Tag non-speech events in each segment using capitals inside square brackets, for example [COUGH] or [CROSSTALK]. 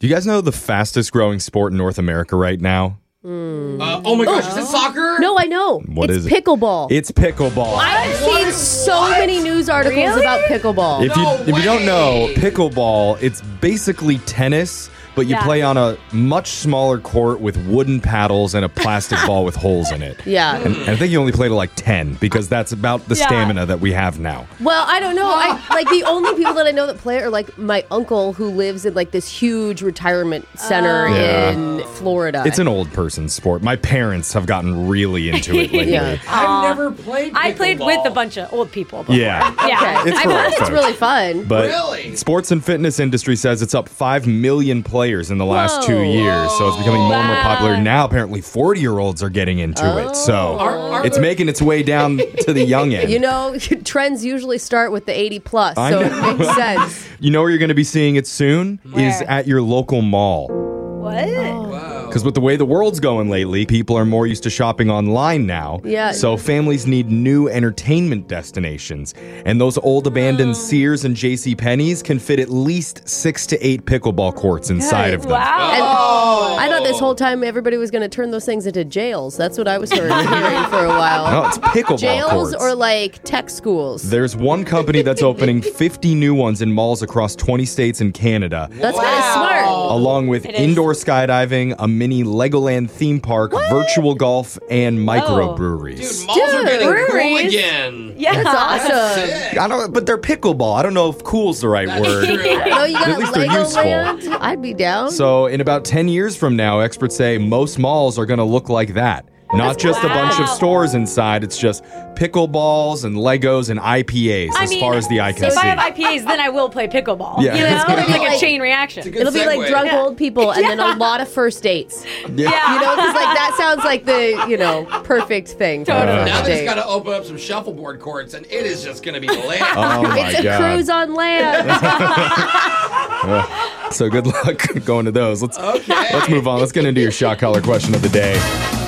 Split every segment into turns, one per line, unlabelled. Do you guys know the fastest growing sport in North America right now?
Uh, oh my gosh, is it soccer?
No, I know.
What
it's
is it?
pickleball.
It's pickleball.
I've seen so many news articles
Really?
about pickleball.
If you
No
if you don't know,
way.
pickleball, it's basically tennis, but you
Yeah.
play on a much smaller court with wooden paddles and a plastic ball with holes in it.
yeah.
And, and I think you only play to like 10 because that's about the
Yeah.
stamina that we have now.
Well, I don't know. I like the only people that I know that play are like my uncle who lives in like this huge retirement center
Oh. Yeah.
in Florida.
It's an old person sport. My parents have gotten really into it lately.
Yeah.
I've never played.
I played with a
pickleball.
bunch of old people. Before.
Yeah.
Yeah.
It's
I
for
heard
old
it's
it's
folks.
really fun.
But
Really?
sports and fitness industry says it's up 5 million players in the last
Whoa.
2 years, so it's becoming more and more
Wow.
popular. Now apparently 40-year-olds are getting into it. So
Are- are
it's
there-
making its way down to the young end.
you know, [LAUGHS] trends usually start with the 80 plus,
I
so
know. [LAUGHS]
it makes sense.
You know where you're going to be seeing it soon is
Where?
at your local mall.
What?
Wow.
Because with the way the world's going lately, people are more used to shopping online now.
Yeah.
So families need new entertainment destinations. And those old abandoned Sears and J.C. Penney's can fit at least six to eight pickleball courts inside of them.
Wow.
And I thought this whole time everybody was going to turn those things into jails. That's what I was
[LAUGHS]
hearing, hearing for a while.
No, Oh, it's pickleball
Jails
courts.
or like tech schools.
There's one company that's
[LAUGHS]
opening 50 new ones in malls across 20 states and Canada.
That's kind of smart.
along with
is.
indoor skydiving, a mini Legoland theme park, virtual golf, and microbreweries.
Dude, malls are
Dude,
getting cool
breweries.
again.
Yeah.
That's [LAUGHS] awesome.
I don't, but they're pickleball. I don't know if cool's the right [LAUGHS] word.
[LAUGHS]
No, you got
At least they're useful.
Legoland. I'd be down.
So, in about 10 years from now, experts say most malls are going to look like that. Not just a bunch of
wow.
stores inside, it's just pickleballs and Legos and IPAs
I
as
mean,
far as the eye
so
can
if
see.
I have IPAs, then I will play pickleball.
Yeah.
You
It's
know,
gonna
it's
be
like a
like-
chain reaction.
Good
It'll be like
segue.
drunk old people and then a lot of first dates.
yeah.
You know, because like that sounds like the you know perfect thing. for a
Totally.
first
Now they just
date.
got to open up some shuffleboard courts, and it is just going to
[LAUGHS]
be lit. [LAUGHS]
Oh my
It's a
God.
cruise on land.
So good luck [LAUGHS] going to those. Let's
Okay.
let's move on. Let's get into your shot collar question of the day.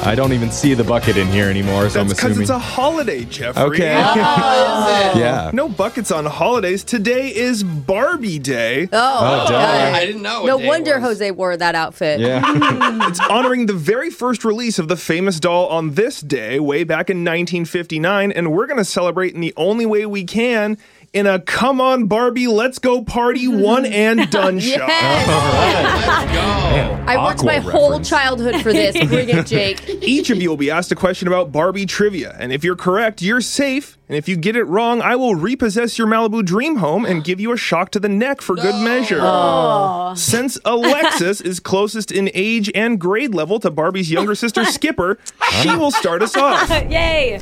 I don't even see the bucket in here anymore, so
That's
I'm
because
assuming.
it's a holiday, Jeffrey.
okay.
[LAUGHS] Oh,
yeah.
[LAUGHS] No buckets on holidays. Today is Barbie Day.
Oh,
Oh, duh.
God.
I didn't know what
No
day it
wonder
was.
Jose wore that outfit.
Yeah.
It's honoring the very first release of the famous doll on this day, way back in 1959, and we're going to celebrate in the only way we can in a Come On Barbie, Let's Go Party One and Done show.
Yes.
Let's go.
I worked
Aqua
my whole
reference.
childhood
[LAUGHS]
for this. Bring it, Jake.
Each of you will be asked a question about Barbie trivia, and if you're correct, you're safe. And if you get it wrong, I will repossess your Malibu dream home and give you a shock to the neck for good measure. Since Alexis is closest in age and grade level to Barbie's younger sister Skipper, she will start us off.
Yay.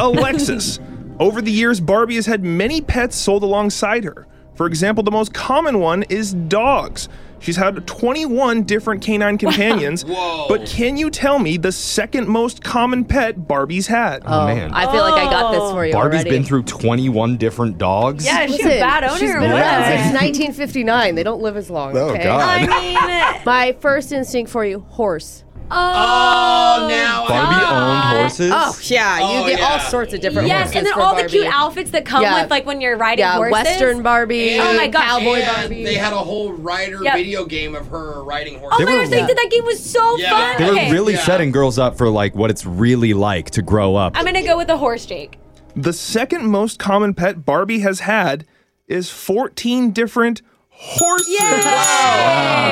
Alexis. Oh, Over the years, Barbie has had many pets sold alongside her. For example, the most common one is dogs. She's had 21 different canine companions.
Whoa.
But can you tell me the second most common pet Barbie's had?
Oh, man.
I feel like I got this for you.
Barbie's
already.
been through 21 different dogs.
Yeah, she's
Listen,
a bad owner.
She's
or
been
what?
around since 1959. They don't live as long.
Oh,
okay?
God.
I
[LAUGHS]
mean,
My first instinct for you: horse.
oh,
Oh, now
Barbie
God.
owned horses.
Oh yeah, you
Oh,
get all
yeah.
sorts of different
Yes,
horses
and then
for
all the
Barbie.
cute outfits that come
Yeah.
with, like, when you're riding
Yeah,
horses.
Western Barbie.
And-
Oh my gosh.
cowboy
and
Barbie.
They had a whole rider
Yep.
video game of her riding horses.
They
Oh my
were-
gosh, they did that game was so
Yeah.
fun.
They
okay.
were really
Yeah.
setting girls up for like what it's really like to grow up.
I'm gonna go with a horse, Jake.
Oh,
The second most common pet Barbie has had is 14 different horses.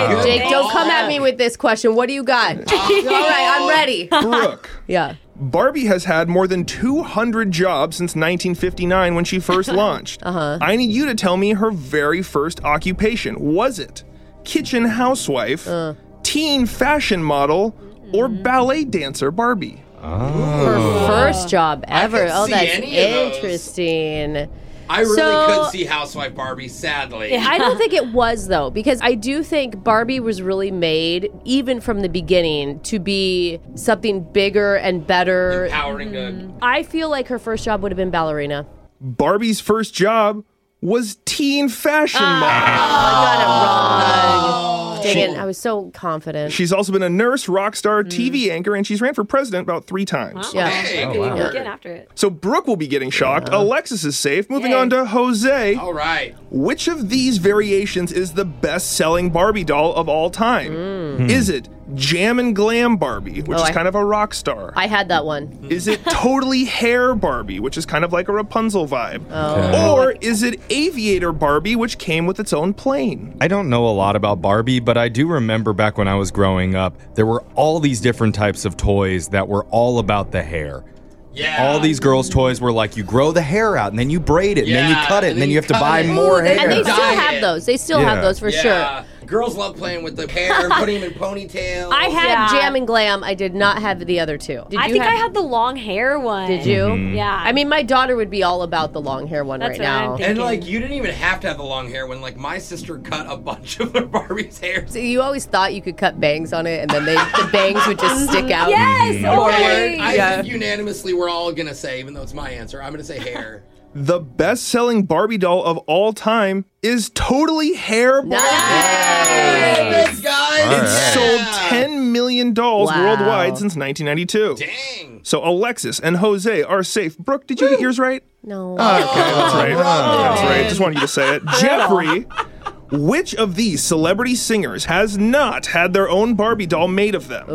Good
Jake, don't
God.
come at me with this question. What do you got? [LAUGHS] all right, I'm ready.
Brooke.
Yeah.
Barbie has had more than 200 jobs since 1959 when she first launched. uh-huh. I need you to tell me her very first occupation. Was it kitchen housewife, teen fashion model, or ballet dancer Barbie?
Her first job ever.
could
Oh,
see
that's
any of those.
interesting.
I really
So-
could see Housewife Barbie, sadly.
Yeah.
I don't think it was though, because I do think Barbie was really made, even from the beginning, to be something bigger and better.
Powering
Mm-hmm.
good.
I feel like her first job would have been ballerina.
Barbie's first job was teen fashion model.
I got it wrong. Dang it. I was so confident.
She's also been a nurse, rock star, TV anchor, and she's ran for president about three times.
Yeah.
Hey,
Oh,
good
wow.
work.
Get after it.
So Brooke will be getting shocked. Alexis is safe. Moving on to Jose.
All right.
Which of these variations is the best selling Barbie doll of all time? Is it Jam and Glam Barbie, which
Mm. Oh,
is
I-
kind of a rock star?
I had that one.
is it Totally Hair Barbie, which is kind of like a Rapunzel vibe?
Oh.
Okay.
Or is it Aviator Barbie, which came with its own plane?
I don't know a lot about Barbie, but I do remember back when I was growing up, there were all these different types of toys that were all about the hair.
Yeah.
All these girls' toys were like you grow the hair out and then you braid it and then you
Yeah,
cut it and then you have to
cut
buy
it.
more
Ooh,
hair.
And they still
Diet.
have those. They still
Yeah.
have those for sure.
yeah. Girls love playing with the hair, putting them in ponytails.
I had
Yeah.
jam and glam. I did not have the other two. Did
I
you
think
have-
I had the long hair one.
Did you?
Mm-hmm.
Yeah.
I mean, my daughter would be all about the long hair one
That's
right
what I'm
now.
thinking.
And like you didn't even have to have the long hair when like my sister cut a bunch of [LAUGHS] Barbie's hair.
So you always thought you could cut bangs on it, and then they, the bangs would just stick out.
Mm-hmm. yes.
Or
Okay.
I
Mm-hmm. Yeah.
think unanimously we're all gonna say, even though it's my answer, I'm gonna say hair.
The best selling Barbie doll of all time is Totally Hair Barbie.
Thanks, guys.
It's sold 10 million dolls
Wow.
worldwide since 1992.
Dang.
So Alexis and Jose are safe. Brooke, did you get yours right? Ah,
No.
That's right. That's right. Just wanted you to say it. Jeffrey, which of these celebrity singers has not had their own Barbie doll made of them?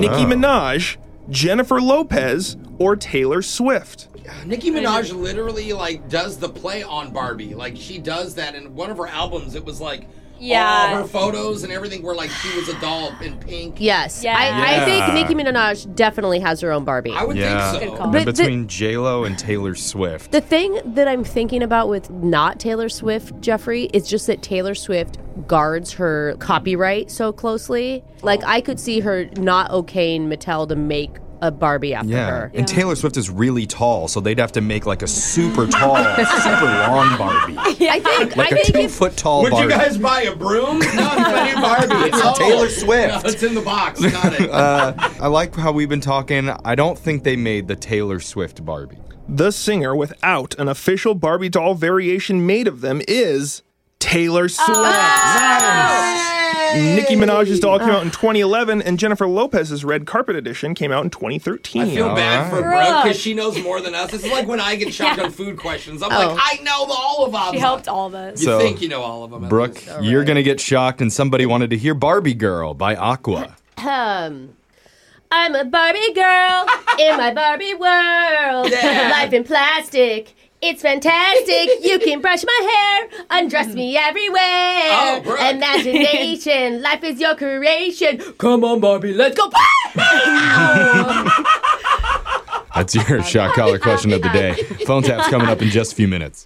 Nicki Minaj, Jennifer Lopez, or Taylor Swift?
Nicki Minaj literally like does the play on Barbie. Like she does that in one of her albums. It was like
Yeah.
all her photos and everything were like she was a doll in pink.
Yes.
Yeah.
I, I
Yeah.
think Nicki Minaj definitely has her own Barbie.
I would
Yeah.
think
Good
so.
call.
But the-
Between J Lo and Taylor Swift.
The thing that I'm thinking about with not Taylor Swift, Jeffrey, is just that Taylor Swift guards her copyright so closely. Like, I could see her not okaying Mattel to make a Barbie after her.
And Taylor Swift is really tall, so they'd have to make like a super tall, super long Barbie.
I think,
[LAUGHS] Like
I
a
think
two
if,
foot tall
Would
Barbie.
you guys buy a broom? No, it's a new Barbie. It's
From
old.
Taylor Swift.
No, it's in the box. Got it.
uh, [LAUGHS] I like how we've been talking. I don't think they made the Taylor Swift Barbie.
The singer without an official Barbie doll variation made of them is Taylor Swift. Nicki Minaj's doll came out in 2011, and Jennifer Lopez's red carpet edition came out in 2013.
I feel bad for
Brooke.
Brooke because she knows more than us. This is like when I get shocked on food questions. I'm
Oh.
like, I know the- all of them.
She helped all of us.
You
So-
think you know all of them. at
Brooke,
least.
you're going to get shocked, and somebody wanted to hear Barbie Girl by Aqua.
um, I'm a Barbie girl in my Barbie world.
[LAUGHS] Yeah.
Life in plastic. It's fantastic. You can brush my hair, undress me everywhere.
Oh, Brooke.
Imagination, life is your creation. Come on, Barbie, let's go.
That's your shock collar question of the day. Phone tap's coming up in just a few minutes.